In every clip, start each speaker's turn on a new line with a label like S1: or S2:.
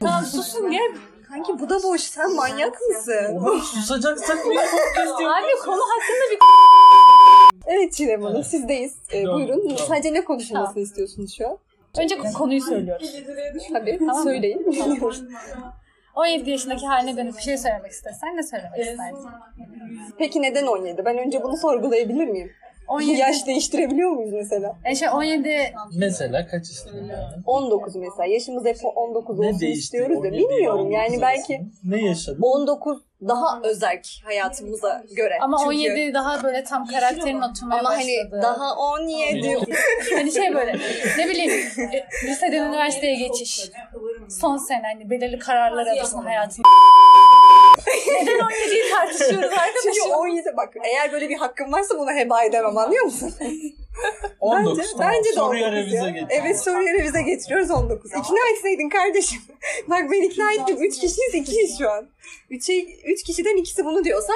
S1: yapıyorsun gel. Kanki bu da boş. Sen manyak mısın?
S2: Oğlum susacaksak niye podcast yapıyoruz?
S1: Abi konu hakkında bir... Evet Çiğdem Hanım
S2: Evet.
S1: sizdeyiz. Ee,
S2: Tamam,
S1: buyurun.
S2: tamam.
S1: Sadece ne konuşulmasını istiyorsunuz şu an?
S3: Önce konuyu söylüyoruz.
S1: Tabii
S3: Tamam.
S1: söyleyin.
S3: 17 yaşındaki haline dönüp bir şey söylemek istesen ne söylemek isterdin?
S1: Peki neden 17? Ben önce bunu sorgulayabilir miyim?
S3: 17,
S1: Yaş değiştirebiliyor muyuz mesela?
S3: E şey 17
S2: Mesela kaç istedin yani?
S1: 19 mesela. Yaşımız hep 19
S2: Ne
S1: olsun
S2: değişti?
S1: istiyoruz da.
S2: 17 'ye
S1: Bilmiyorum yani
S2: 19
S1: belki
S2: arasında? Ne yaşadın?
S1: 19 daha özerk hayatımıza göre.
S3: ama
S1: Çünkü-
S3: 17 daha böyle tam karakterin oturmaya
S1: ama
S3: başladı.
S1: hani daha 17
S3: Hani şey böyle ne bileyim e, liseden üniversiteye geçiş. Son sene hani belirli kararlar alırsın hayatın. Neden 17'yi tartışıyoruz
S1: Çünkü
S3: arkadaşım?
S1: 17 bak eğer böyle bir hakkım varsa bunu heba edemem anlıyor musun?
S2: 19.
S1: Bence,
S2: tamam.
S1: bence de
S2: Soruya
S1: 19 ya.
S2: revize geçelim.
S1: Evet soruya revize getiriyoruz 19. İkna etseydin kardeşim. Bak ben ikna ettim. 3 kişiyiz 2'yiz şu an. 3, üç kişiden ikisi bunu diyorsa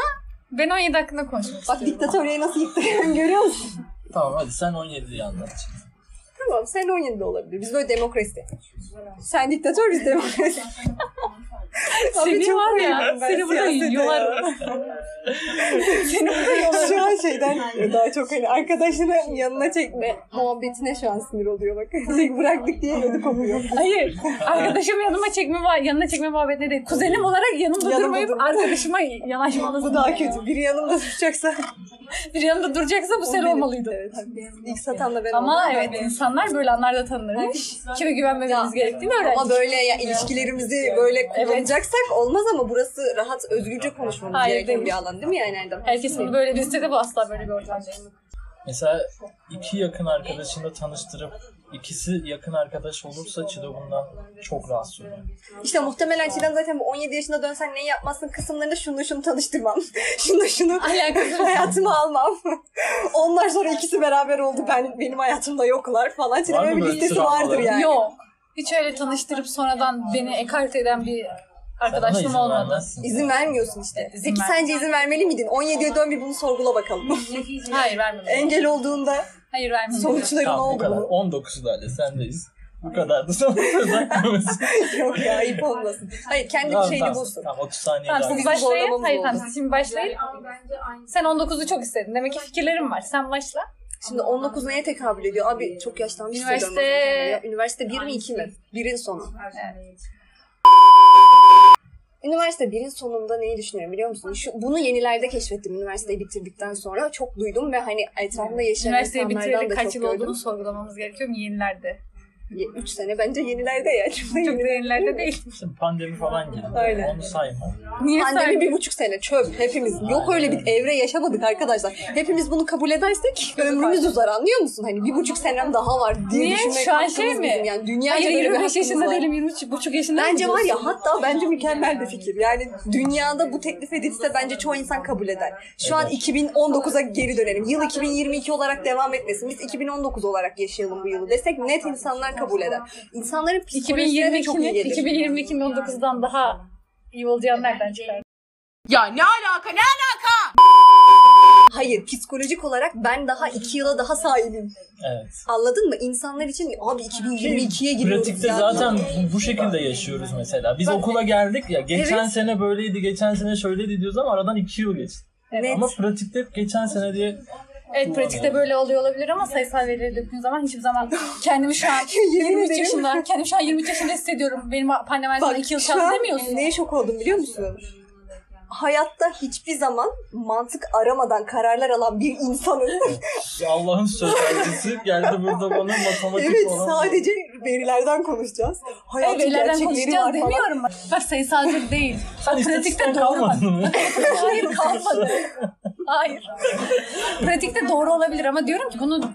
S3: Ben 17 hakkında konuşmak
S1: bak
S3: istiyorum.
S1: diktatörlüğe nasıl yıktığını görüyor musun?
S2: Tamam hadi sen 17'yi anlat.
S1: Tamam sen 17'de olabilir. Biz böyle demokrasi. Sen diktatör biz demokrasi. Abi
S3: Seni
S1: çok
S3: var
S1: bayıldım
S3: ya
S1: ben
S3: seni burada
S1: siyasete ya.
S3: yolarım.
S1: Seni burada yolarım. Şu an şeyden daha çok hani arkadaşını yanına çekme muhabbetine şu an sinir oluyor bak. Şey bıraktık diye yolu kopuyor.
S3: Hayır. Arkadaşım yanıma çekme muha- yanına çekme muhabbetine değil. Kuzenim olarak yanımda
S1: Yanımda
S3: durmayıp
S1: dur.
S3: arkadaşıma yanaşmalısın.
S1: Bu daha kötü. Biri yanımda duracaksa.
S3: Bir yanımda duracaksa bu sen
S1: benim.
S3: olmalıydın.
S1: Evet. İlk satanla ben
S3: Ama
S1: oldum.
S3: evet insanlar böyle anlarda tanınırmış. Kime güvenmemiz gerektiğini
S1: Ama
S3: öğrendik.
S1: böyle ya ilişkilerimizi böyle kullanacaksak olmaz ama burası rahat özgürce konuşmamız
S3: Hayır,
S1: gereken
S3: değil.
S1: bir alan değil mi yani Erdem?
S3: Herkes bunu böyle bir istedi bu asla böyle bir ortam değil.
S2: Mesela iki yakın arkadaşını tanıştırıp ikisi yakın arkadaş olursa Çido bundan çok rahatsız oluyor.
S1: İşte muhtemelen Çiğdem zaten bu 17 yaşında dönsen neyi yapmazsın kısımlarında şunu şunu tanıştırmam. şunu şunu
S3: Alakası yok.
S1: hayatıma almam. Onlar sonra ikisi beraber oldu. Ben benim hayatımda yoklar falan.
S2: Var mı
S1: Çiğdem'in bir
S2: böyle
S1: listesi
S2: travmaları?
S1: vardır yani.
S3: Yok. Hiç öyle tanıştırıp sonradan beni ekart eden bir
S2: Sana
S3: arkadaşlığım
S2: izin
S3: olmadı.
S2: vermezsin.
S1: İzin vermiyorsun işte.
S3: İzin
S1: Peki
S3: vermem.
S1: sence izin vermeli miydin? 17'ye dön bir bunu sorgula bakalım.
S3: Hayır vermedim.
S1: Engel olduğunda
S3: Hayır vermedim.
S1: sonuçları ne
S2: Tamam bu
S1: oldu?
S2: kadar.
S1: bunun?
S2: 19'u da hadi sendeyiz. Bu kadar da sana söz hakkımız.
S1: Yok ya ayıp olmasın. Hayır kendi
S2: Tamam,
S1: şeyini
S2: tamam.
S1: bulsun.
S2: Tamam 30 saniye
S3: Tamam
S2: daha.
S3: siz
S1: Bizim
S3: başlayın.
S1: zorlamamız
S3: Hayır
S1: oldu.
S3: tamam siz şimdi başlayın. Sen 19'u çok istedin. Demek ki fikirlerim var. Sen başla.
S1: Şimdi 19 neye tekabül ediyor? Abi çok yaşlanmış
S3: Üniversite- şey.
S1: hissediyorum ben kendimi ya. Üniversite 1 mi 2 mi? 1'in sonu. Üniversite 1'in sonunda neyi düşünüyorum biliyor musun? Şu, bunu yenilerde keşfettim üniversiteyi bitirdikten sonra. Çok duydum ve hani etrafımda yaşayan
S3: Üniversiteyi
S1: insanlardan
S3: bitireli
S1: da
S3: kaç
S1: çok
S3: yıl
S1: gördüm.
S3: olduğunu sorgulamamız gerekiyor mu yenilerde?
S1: 3 sene bence yenilerde ya.
S3: Çok da yenilerde değil.
S2: Şimdi pandemi falan geldi.
S1: Öyle.
S2: Onu sayma.
S3: Niye
S1: Pandemi
S3: sen?
S1: bir buçuk sene çöp hepimiz. Yok öyle bir evre yaşamadık arkadaşlar. Hepimiz bunu kabul edersek ömrümüz uzar anlıyor musun? Hani bir buçuk senem daha var diye
S3: Niye?
S1: düşünmek
S3: Şu an
S1: hakkımız
S3: şey mi?
S1: bizim. Yani dünya
S3: Hayır 25 yaşında değilim 23 buçuk yaşında.
S1: Bence
S3: mıyım?
S1: var ya hatta bence mükemmel bir fikir. Yani dünyada bu teklif edilse bence çoğu insan kabul eder. Şu an 2019'a geri dönelim. Yıl 2022 olarak devam etmesin. Biz 2019 olarak yaşayalım bu yılı desek net insanlar kabul eder. İnsanların psikolojisine de çok iyi
S3: 2022'nin
S1: gelir.
S3: 2022'nin 19'dan daha iyi olacağını nereden çıkardın?
S4: Ya ne alaka ne
S1: Hayır psikolojik olarak ben daha 2 yıla daha sahibim.
S2: Evet.
S1: Anladın mı? İnsanlar için abi
S3: şey,
S1: 2022'ye giriyoruz.
S2: Pratikte
S1: ya.
S2: zaten bu- bu şekilde yaşıyoruz mesela. Biz okula geldik ya geçen
S1: Evet.
S2: sene böyleydi, geçen sene şöyleydi diyoruz ama aradan 2 yıl geçti.
S1: Net.
S2: Ama pratikte hep geçen sene diye
S3: Evet pratikte böyle oluyor olabilir ama sayısal verileri döktüğün zaman hiçbir zaman kendimi şu an
S1: Yemin
S3: 23
S1: ederim.
S3: yaşında, kendimi şu an 23 yaşında hissediyorum. Benim pandemiden
S1: Bak
S3: 2 yıl
S1: şu
S3: çaldı
S1: an
S3: demiyorsun.
S1: Neye şok oldum biliyor musun? Hayatta hiçbir zaman mantık aramadan kararlar alan bir insanın
S2: Allah'ın sözcüsü geldi burada bana matematik
S1: evet
S2: olan.
S1: sadece verilerden konuşacağız.
S3: Hayır
S1: Hayatın
S3: verilerden
S1: gerçekleri var
S3: konuşacağız
S1: falan.
S3: demiyorum. Bak, bak sayısalcı değil.
S2: Sen
S3: Bak pratikte
S2: istatistikten
S3: doğru bak.
S2: kalmadın mı?
S3: Hayır kalmadı. Hayır. Pratikte doğru olabilir ama diyorum ki bunu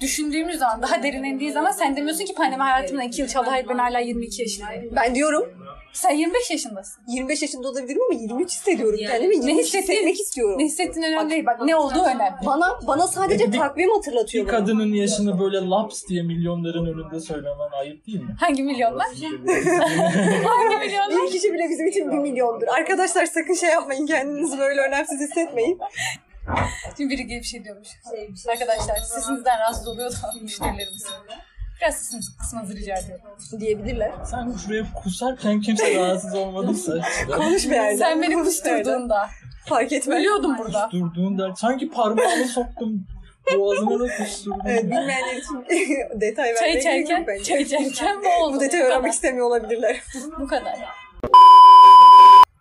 S3: düşündüğümüz zaman daha derin indiği zaman sen demiyorsun ki pandemi hayatımdan 2 yıl çaldı. Hayır ben hala 22 yaşındayım.
S1: Ben diyorum
S3: Sen 25 yaşındasın.
S1: 25 yaşında olabilirim ama 23 hissediyorum kendimi.
S3: Ne
S1: 23
S3: hissettiğin-
S1: hissetmek istiyorum.
S3: Ne hissettiğin önemli değil. Bak ne olduğu önemli.
S1: Bana bana sadece
S2: Bir- bir-
S1: takvim hatırlatıyor.
S2: Bir
S1: bunu.
S2: kadının yaşını böyle laps diye milyonların önünde söylemen ayıp değil mi?
S3: Hangi milyonlar? Hangi milyonlar?
S1: Bir kişi bile bizim için bir milyondur. Arkadaşlar sakın şey yapmayın kendinizi böyle önemsiz hissetmeyin.
S3: Şimdi biri gelip şey diyormuş. Arkadaşlar sesinizden rahatsız oluyor da müşterilerimiz. Biraz sesimiz kısmınızı rica ediyorum.
S1: diyebilirler.
S2: Sen şuraya kusarken kimse rahatsız olmadıysa
S1: Konuş be Erdem.
S3: Sen beni
S1: Konuş be Erdem.
S3: kuşturduğunda.
S1: Fark etmez.
S3: Ölüyordum burada.
S2: durduğun der. Sanki parmağımı soktum. Boğazına da kusturdum.
S1: Evet, bilmeyenler için
S3: Çay
S1: detay vermeye gerek yok
S3: içerken,
S1: bence.
S3: çay içerken bu oldu.
S1: Bu detayı
S3: kadar.
S1: öğrenmek istemiyor olabilirler.
S3: Bu kadar.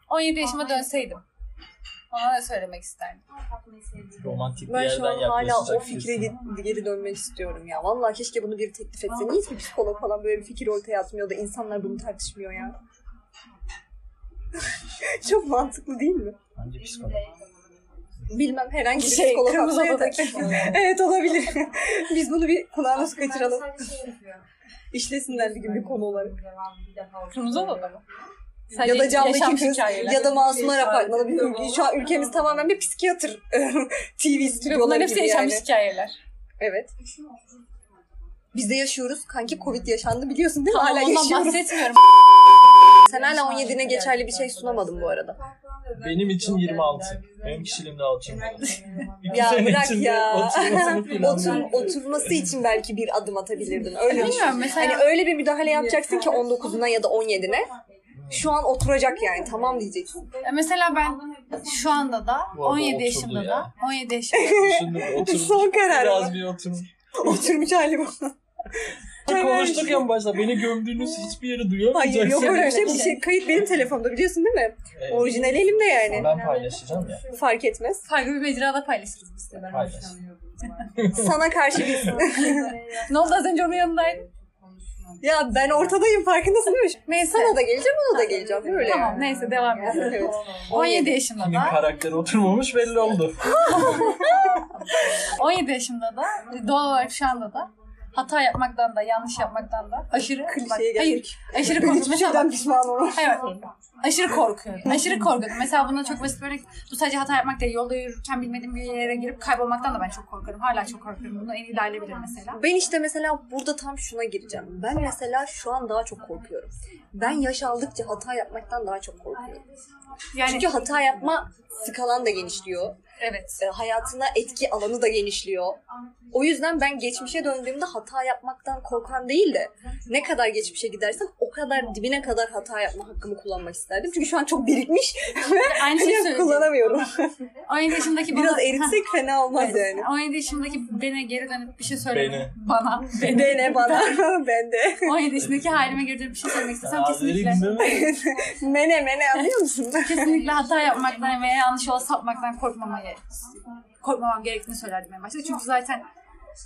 S3: 17 yaşıma dönseydim. Ona da söylemek isterdim.
S2: Romantik bir
S1: Ben şu
S2: yerden
S1: an hala
S2: yaklaşacak.
S1: o fikre
S2: kesin.
S1: ge- geri dönmek istiyorum ya. Vallahi keşke bunu biri teklif etse. Niye hiçbir psikolog falan böyle bir fikir ortaya atmıyor da insanlar bunu tartışmıyor ya? Çok mantıklı değil mi?
S2: Bence psikolog.
S1: Bilmem herhangi bir
S3: Şey,
S1: psikolog
S3: Kırmızı
S1: atmaya da-
S3: Oda'daki.
S1: evet olabilir. Biz bunu bir kulağımız kaçıralım. İşlesinler bir gün bir konu olarak.
S3: Kırmızı odada mı?
S1: ya da camdaki
S3: yaşanmış
S1: kız
S3: hikayeler.
S1: ya da Masumlar Apartmanı. Bir ülke- şu an ülkemiz tamamen bir psikiyatr TV
S3: Ve bunların
S1: stüdyoları
S3: hepsi
S1: gibi
S3: yaşanmış
S1: yani.
S3: hikayeler.
S1: Evet. Biz de yaşıyoruz. Kanki Covid yaşandı biliyorsun değil mi?
S3: Tamam,
S1: hala
S3: ondan
S1: yaşıyoruz.
S3: bahsetmiyorum.
S1: Sen hala 17'ine geçerli bir şey sunamadın bu arada.
S2: Benim için 26. Benim kişiliğim daha alçak. İki
S1: Ya
S2: sene
S1: bırak
S2: içinde
S1: ya.
S2: oturmasını
S1: Otur,
S2: planlıyorum.
S1: oturması için belki bir adım atabilirdin. Öyle düşün.
S3: Bilmiyorum mesela.
S1: Hani öyle bir müdahale yapacaksın ki 19'una ya da 17'ne. Şu an oturacak yani tamam diyeceksin.
S3: Ya Hani Mesela ben şu anda da
S2: Bu arada
S3: 17
S2: oturdu
S3: yaşımda
S2: ya.
S3: da 17 yaşımda
S2: Düşündüm, otur.
S1: Son karar
S2: Biraz
S1: mı?
S2: bir oturun.
S1: Oturmuş hali bu.
S2: Konuştuk en başta. Beni gömdüğünüz hiçbir yeri duyamayacaksın.
S1: Hayır yok öyle bir şey.
S3: Bir
S1: Bir
S3: şey.
S1: şey kayıt benim telefonda biliyorsun değil mi?
S2: Evet.
S1: Orijinal elimde yani.
S2: Ben paylaşacağım ya.
S1: Fark etmez.
S3: farklı bir mecrada paylaşırız biz de.
S2: Paylaş.
S1: Sana karşı bir...
S3: Ne oldu az önce onun yanındaydın?
S1: ya ben ortadayım farkındasın değil mi?
S3: Neyse.
S1: Sana da geleceğim ona da geleceğim. Böyle
S3: Tamam neyse devam
S1: yani.
S3: edelim.
S1: Evet.
S3: 17 yaşımda
S2: Kimin
S3: da
S2: karakteri oturmamış belli oldu.
S3: 17 yaşımda da doğal olarak şu anda da hata yapmaktan da yanlış yapmaktan da aşırı bak,
S1: Klişeye geldik.
S3: hayır aşırı
S1: Hiçbir
S3: konuşmuş
S1: şeyden pişman olmam.
S3: Hayır, aşırı korkuyordum. Aşırı korkuyordum. Mesela buna çok basit böyle bu sadece hata yapmak değil. Yolda yürürken bilmediğim bir yere girip kaybolmaktan da ben çok korkarım. Hala çok korkuyorum. Bunu en iyi Lale bilir mesela.
S1: Ben işte mesela burada tam şuna gireceğim. Ben mesela şu an daha çok korkuyorum. Ben yaş aldıkça hata yapmaktan daha çok korkuyorum.
S3: Yani
S1: Çünkü hata yapma skalan da genişliyor.
S3: evet.
S1: E, hayatına etki alanı da genişliyor. O yüzden ben geçmişe döndüğümde hata yapmaktan korkan değil de ne kadar geçmişe gidersem o kadar dibine kadar hata yapma hakkımı kullanmak isterdim. Çünkü şu an çok birikmiş
S3: Aynı şeyi
S1: ve
S3: şey söyleyeceğim.
S1: kullanamıyorum.
S3: 17 yaşındaki bana...
S1: Hani Biraz eritsek fena olmaz yani.
S3: Evet, 17 yaşındaki bene geri dönüp bir şey söylemek.
S2: Bene.
S3: Bana. Bene.
S1: Dene bana, ben de.
S3: 17 yaşındaki halime geri dönüp bir şey söylemek istesem
S2: Azeri
S3: kesinlikle.
S2: gibi mi?
S1: Mene mene anlıyor musun?
S3: Kesinlikle hata yapmaktan veya yanlış yola sapmaktan korkmamayı korkmamam gerektiğini söylerdim en başta. Çünkü zaten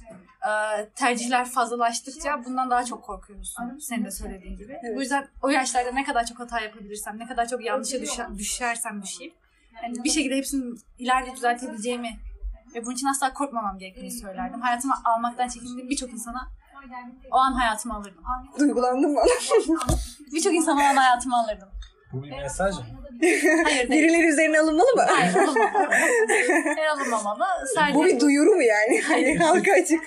S3: e, tercihler fazlalaştıkça bundan daha çok korkuyorsun. Senin de söylediğin gibi. Bu yüzden o yaşlarda ne kadar çok hata yapabilirsem, ne kadar çok yanlışa düşe- düşersem düşeyim. Yani bir şekilde hepsini ileride düzeltebileceğimi ve bunun için asla korkmamam gerektiğini söylerdim. Hayatıma almaktan çekindiğim birçok insana o an hayatımı alırdım.
S1: Duygulandım mı?
S3: Birçok insana o an hayatımı alırdım.
S2: Bu bir mesaj mı?
S3: Hayır değil.
S1: Birileri üzerine alınmalı mı?
S3: Hayır alınmamalı. Hayır alınmamalı. Sadece...
S1: Bu bir duyuru mu yani? Hani halka açık.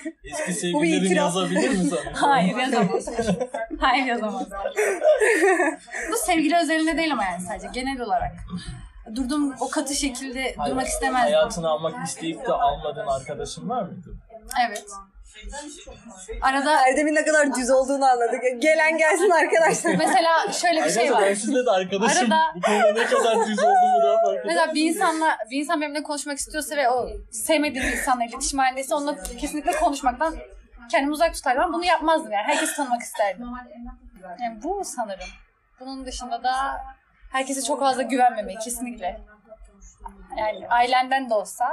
S2: Eski
S1: Bu bir
S2: sevgililerin
S1: itiraf.
S2: yazabilir mi sana?
S3: Hayır yazamaz. Hayır yazamaz. Bu sevgili özelinde değil ama yani sadece genel olarak. Durduğum o katı şekilde
S2: Hayır.
S3: durmak istemezdim.
S2: Hayatını almak isteyip de almadığın arkadaşın var mıydı?
S3: Evet. Arada
S1: Erdem'in ne kadar düz olduğunu anladık. Gelen gelsin arkadaşlar.
S3: mesela şöyle bir şey
S2: Arkadaşlar ben
S3: var.
S2: sizle de arkadaşım.
S3: Arada-
S2: Bu konuda ne kadar düz olduğumu daha fark ettim.
S3: Mesela bir insanla bir insan benimle konuşmak istiyorsa ve o sevmediğim bir insanla iletişim halindeyse onunla kesinlikle konuşmaktan kendimi uzak tutardım ama bunu yapmazdım yani. Herkesi tanımak isterdim. Yani bu sanırım. Bunun dışında da herkese çok fazla güvenmemeyi kesinlikle. Yani ailenden de olsa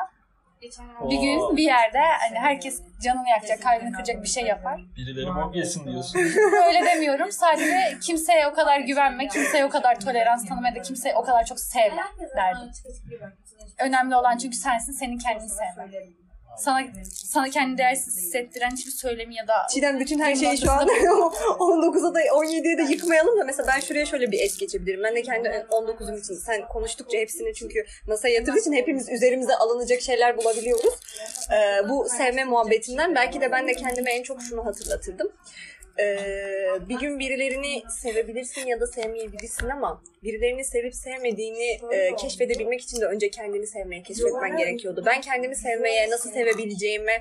S3: bir gün bir yerde hani herkes canını yakacak, kalbini kıracak bir şey yapar.
S2: Birileri bok yesin diyorsun.
S3: Böyle demiyorum. Sadece kimseye o kadar güvenme, kimseye o kadar tolerans tanıma ya da kimseye o kadar çok sevme derdim. Önemli olan çünkü sensin, senin kendini sevmen. Sana, sana kendini değersiz hissettiren hiçbir söylemi ya da
S1: Çiğdem bütün her şeyi şu an 19'a da 17'ye de yıkmayalım da mesela ben şuraya şöyle bir es geçebilirim. Ben de kendi 19'um için sen konuştukça hepsini çünkü masaya yatırdığı için hepimiz üzerimize alınacak şeyler bulabiliyoruz. Ee, bu sevme muhabbetinden belki de ben de kendime en çok şunu hatırlatırdım. Ee, bir gün birilerini sevebilirsin ya da sevmeyebilirsin ama birilerini sevip sevmediğini e, keşfedebilmek için de önce kendini sevmeye keşfetmen gerekiyordu. Ben kendimi sevmeye nasıl sevebileceğimi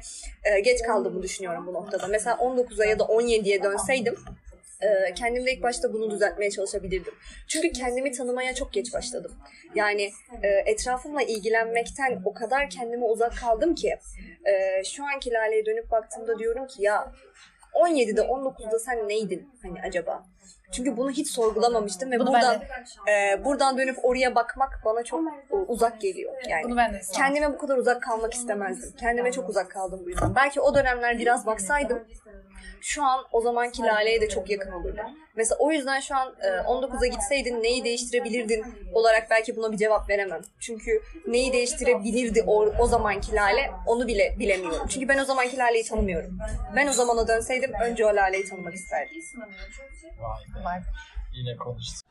S1: e, geç kaldığımı düşünüyorum bu noktada. Mesela 19'a ya da 17'ye dönseydim e, kendimde ilk başta bunu düzeltmeye çalışabilirdim. Çünkü kendimi tanımaya çok geç başladım. Yani e, etrafımla ilgilenmekten o kadar kendime uzak kaldım ki e, şu anki Lale'ye dönüp baktığımda diyorum ki ya 17'de 19'da sen neydin hani acaba? Çünkü bunu hiç sorgulamamıştım ve
S3: Bunu
S1: buradan
S3: ben
S1: e, buradan dönüp oraya bakmak bana çok e, uzak geliyor yani.
S3: Bunu ben de istedim.
S1: Kendime bu kadar uzak kalmak istemezdim. Kendime çok uzak kaldım bu yüzden. Belki o dönemler biraz baksaydım şu an o zamanki Lale'ye de çok yakın olurdu. Mesela o yüzden şu an e, 19'a gitseydin neyi değiştirebilirdin olarak belki buna bir cevap veremem. Çünkü neyi değiştirebilirdi o, o zamanki Lale onu bile bilemiyorum. Çünkü ben o zamanki Lale'yi tanımıyorum. Ben o zamana dönseydim önce o Lale'yi tanımak isterdim.
S2: Vay be.
S3: Vay be.
S2: Yine konuştuk.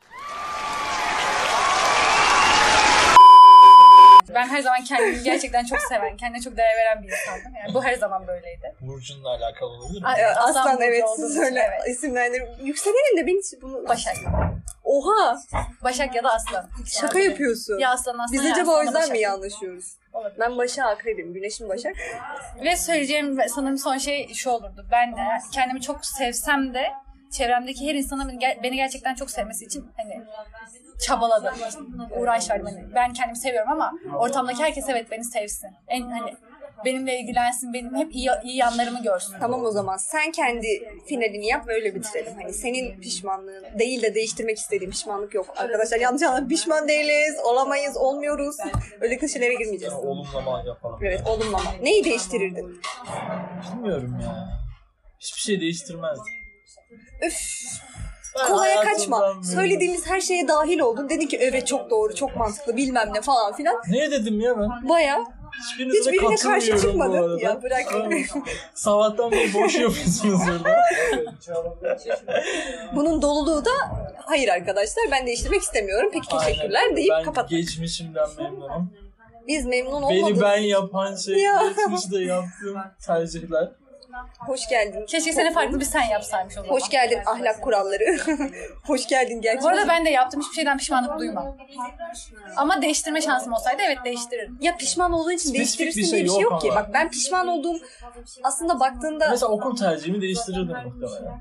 S3: Ben her zaman kendimi gerçekten çok seven, kendine çok değer veren bir insandım. Yani bu her zaman böyleydi.
S2: Burcunla alakalı olabilir mi?
S3: Ay,
S1: E,
S3: Aslan
S1: Aslan
S3: burcu
S1: evet
S3: olduğum
S1: siz
S3: için,
S1: öyle
S3: evet.
S1: isimlendirin. Yükselenin de ben hiç bunu...
S3: Başak.
S1: Oha
S3: Başak ya da Aslan.
S1: şaka yapıyorsun.
S3: Ya Aslan Aslan
S1: Biz
S3: ya
S1: acaba o
S3: Aslan'la
S1: yüzden
S3: Başak.
S1: mi yanlışıyoruz?
S3: Olabilir.
S1: Ben başa akrebim. Güneşim başak.
S3: Ve söyleyeceğim sanırım son şey şu olurdu. Ben de kendimi çok sevsem de çevremdeki her insanın beni ger- beni gerçekten çok sevmesi için hani çabaladım. Uğraş verdim. Hani ben kendimi seviyorum ama ortamdaki herkes evet beni sevsin. En hani benimle ilgilensin, benim hep iyi, iyi yanlarımı görsün.
S1: Tamam o zaman sen kendi finalini yap ve öyle bitirelim. Hani senin pişmanlığın değil de değiştirmek istediğin pişmanlık yok. Arkadaşlar yanlış anlayın. Pişman değiliz, olamayız, olmuyoruz. Öyle klişelere girmeyeceğiz.
S2: Yani olumlama yapalım.
S1: Evet olunmama. Neyi değiştirirdin?
S2: Bilmiyorum ya. Hiçbir şey değiştirmezdim.
S1: Öf
S2: Ben
S1: kolaya
S2: hayatımdan
S1: kaçma.
S2: memnunum.
S1: Söylediğimiz her şeye dahil oldun. Dedin ki evet çok doğru, çok mantıklı bilmem ne falan filan.
S2: Ne dedim ya ben?
S1: Baya
S2: Hiçbirinize
S1: hiçbirine karşı
S2: katılmıyorum bu
S1: çıkmadın.
S2: arada.
S1: Ya bırak.
S2: Sabahtan beri boş yapıyorsunuz burada.
S1: Bunun doluluğu da hayır arkadaşlar ben değiştirmek istemiyorum. Peki teşekkürler deyip
S2: ben
S1: kapat.
S2: geçmişimden memnunum.
S1: Biz memnun
S2: Beni
S1: olmadık.
S2: ben yapan şey
S1: Ya.
S2: geçmişte yaptığım tercihler.
S1: Hoş geldin.
S3: Keşke seni farklı bir sen yapsaymış o zaman.
S1: Hoş geldin ahlak kuralları. Hoş geldin gerçek.
S3: Bu arada ben de yaptım. Hiçbir şeyden pişmanlık duymam. Ama değiştirme şansım olsaydı evet değiştirirdim.
S1: ya pişman olduğun için
S2: Spesifik bir
S1: değiştirirsin
S2: şey
S1: diye bir şey yok,
S2: yok
S1: ki.
S2: ama.
S1: Bak ben pişman olduğum aslında baktığında
S2: Mesela okul tercihimi değiştirirdim muhtemelen.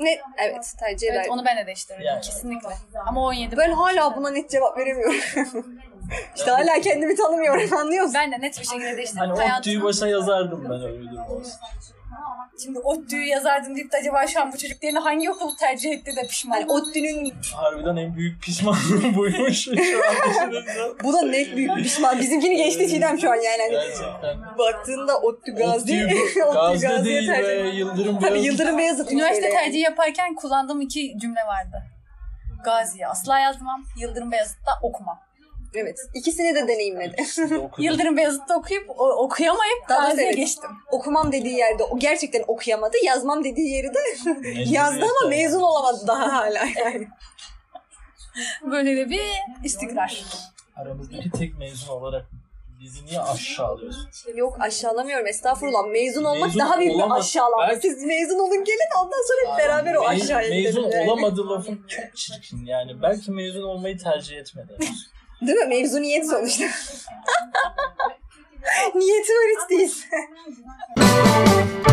S1: ne evet tercih
S3: Evet
S1: ederdim.
S3: onu ben de değiştirirdim
S2: Yani.
S3: kesinlikle. Ama 17
S1: Ben hala buna net cevap veremiyorum. işte hala kendimi tanımıyorum anlıyor musun?
S3: ben de net bir şekilde değiştirdim.
S2: Hani ODTÜ'yü başa yazardım ben öyle bir durum olsa.
S3: Şimdi ODTÜ'yü yazardım deyip de acaba şu an bu çocuk diğerini hangi okulu tercih etti de pişman.
S1: Hani ODTÜ'nün
S2: Harbiden en büyük pişmanlığım buymuş. Şu an düşününce.
S1: bu da net büyük bir pişman. Bizimkini geçti Çiğdem şu an yani. Hani
S2: Gerçekten.
S1: baktığında ODTÜ Gazi.
S2: ODTÜ,
S1: ODTÜ
S2: Gazze
S1: Gazi'ye
S2: değil
S1: tercih-
S2: be. Yıldırım
S1: Tabii
S2: Beyazıt.
S1: Yıldırım Beyazıt.
S3: Üniversite
S1: mesela yani.
S3: tercihi yaparken kullandığım iki cümle vardı. Gazi'ye asla yazmam, Yıldırım Beyazıt'ta okumam.
S1: Evet. İkisini de deneyimledim.
S2: İkisini de okudum.
S3: Yıldırım Beyazıt'ta okuyup o- okuyamayıp
S1: Daha da
S3: Gazi'ye
S1: evet.
S3: geçtim.
S1: Okumam dediği yerde o gerçekten okuyamadı. Yazmam dediği yeri de
S2: Mecburiyet
S1: yazdı ama
S2: yani.
S1: mezun olamadı daha hala. Yani.
S3: Böyle de bir istikrar.
S2: Aramızdaki tek mezun olarak bizi niye aşağılıyorsun?
S1: Yok aşağılamıyorum estağfurullah. Mezun olmak
S2: Mezun
S1: daha büyük bir
S2: olamaz.
S1: aşağılama.
S2: Belki-
S1: Siz mezun olun gelin ondan sonra hep beraber o
S2: Mez-
S1: aşağıya
S2: Mezun
S1: gidelim yani.
S2: olamadı lafın çok çirkin yani. Belki mezun olmayı tercih etmedi.
S1: Değil mi? Mezuniyet sonuçta. Niyeti var hiç değilse.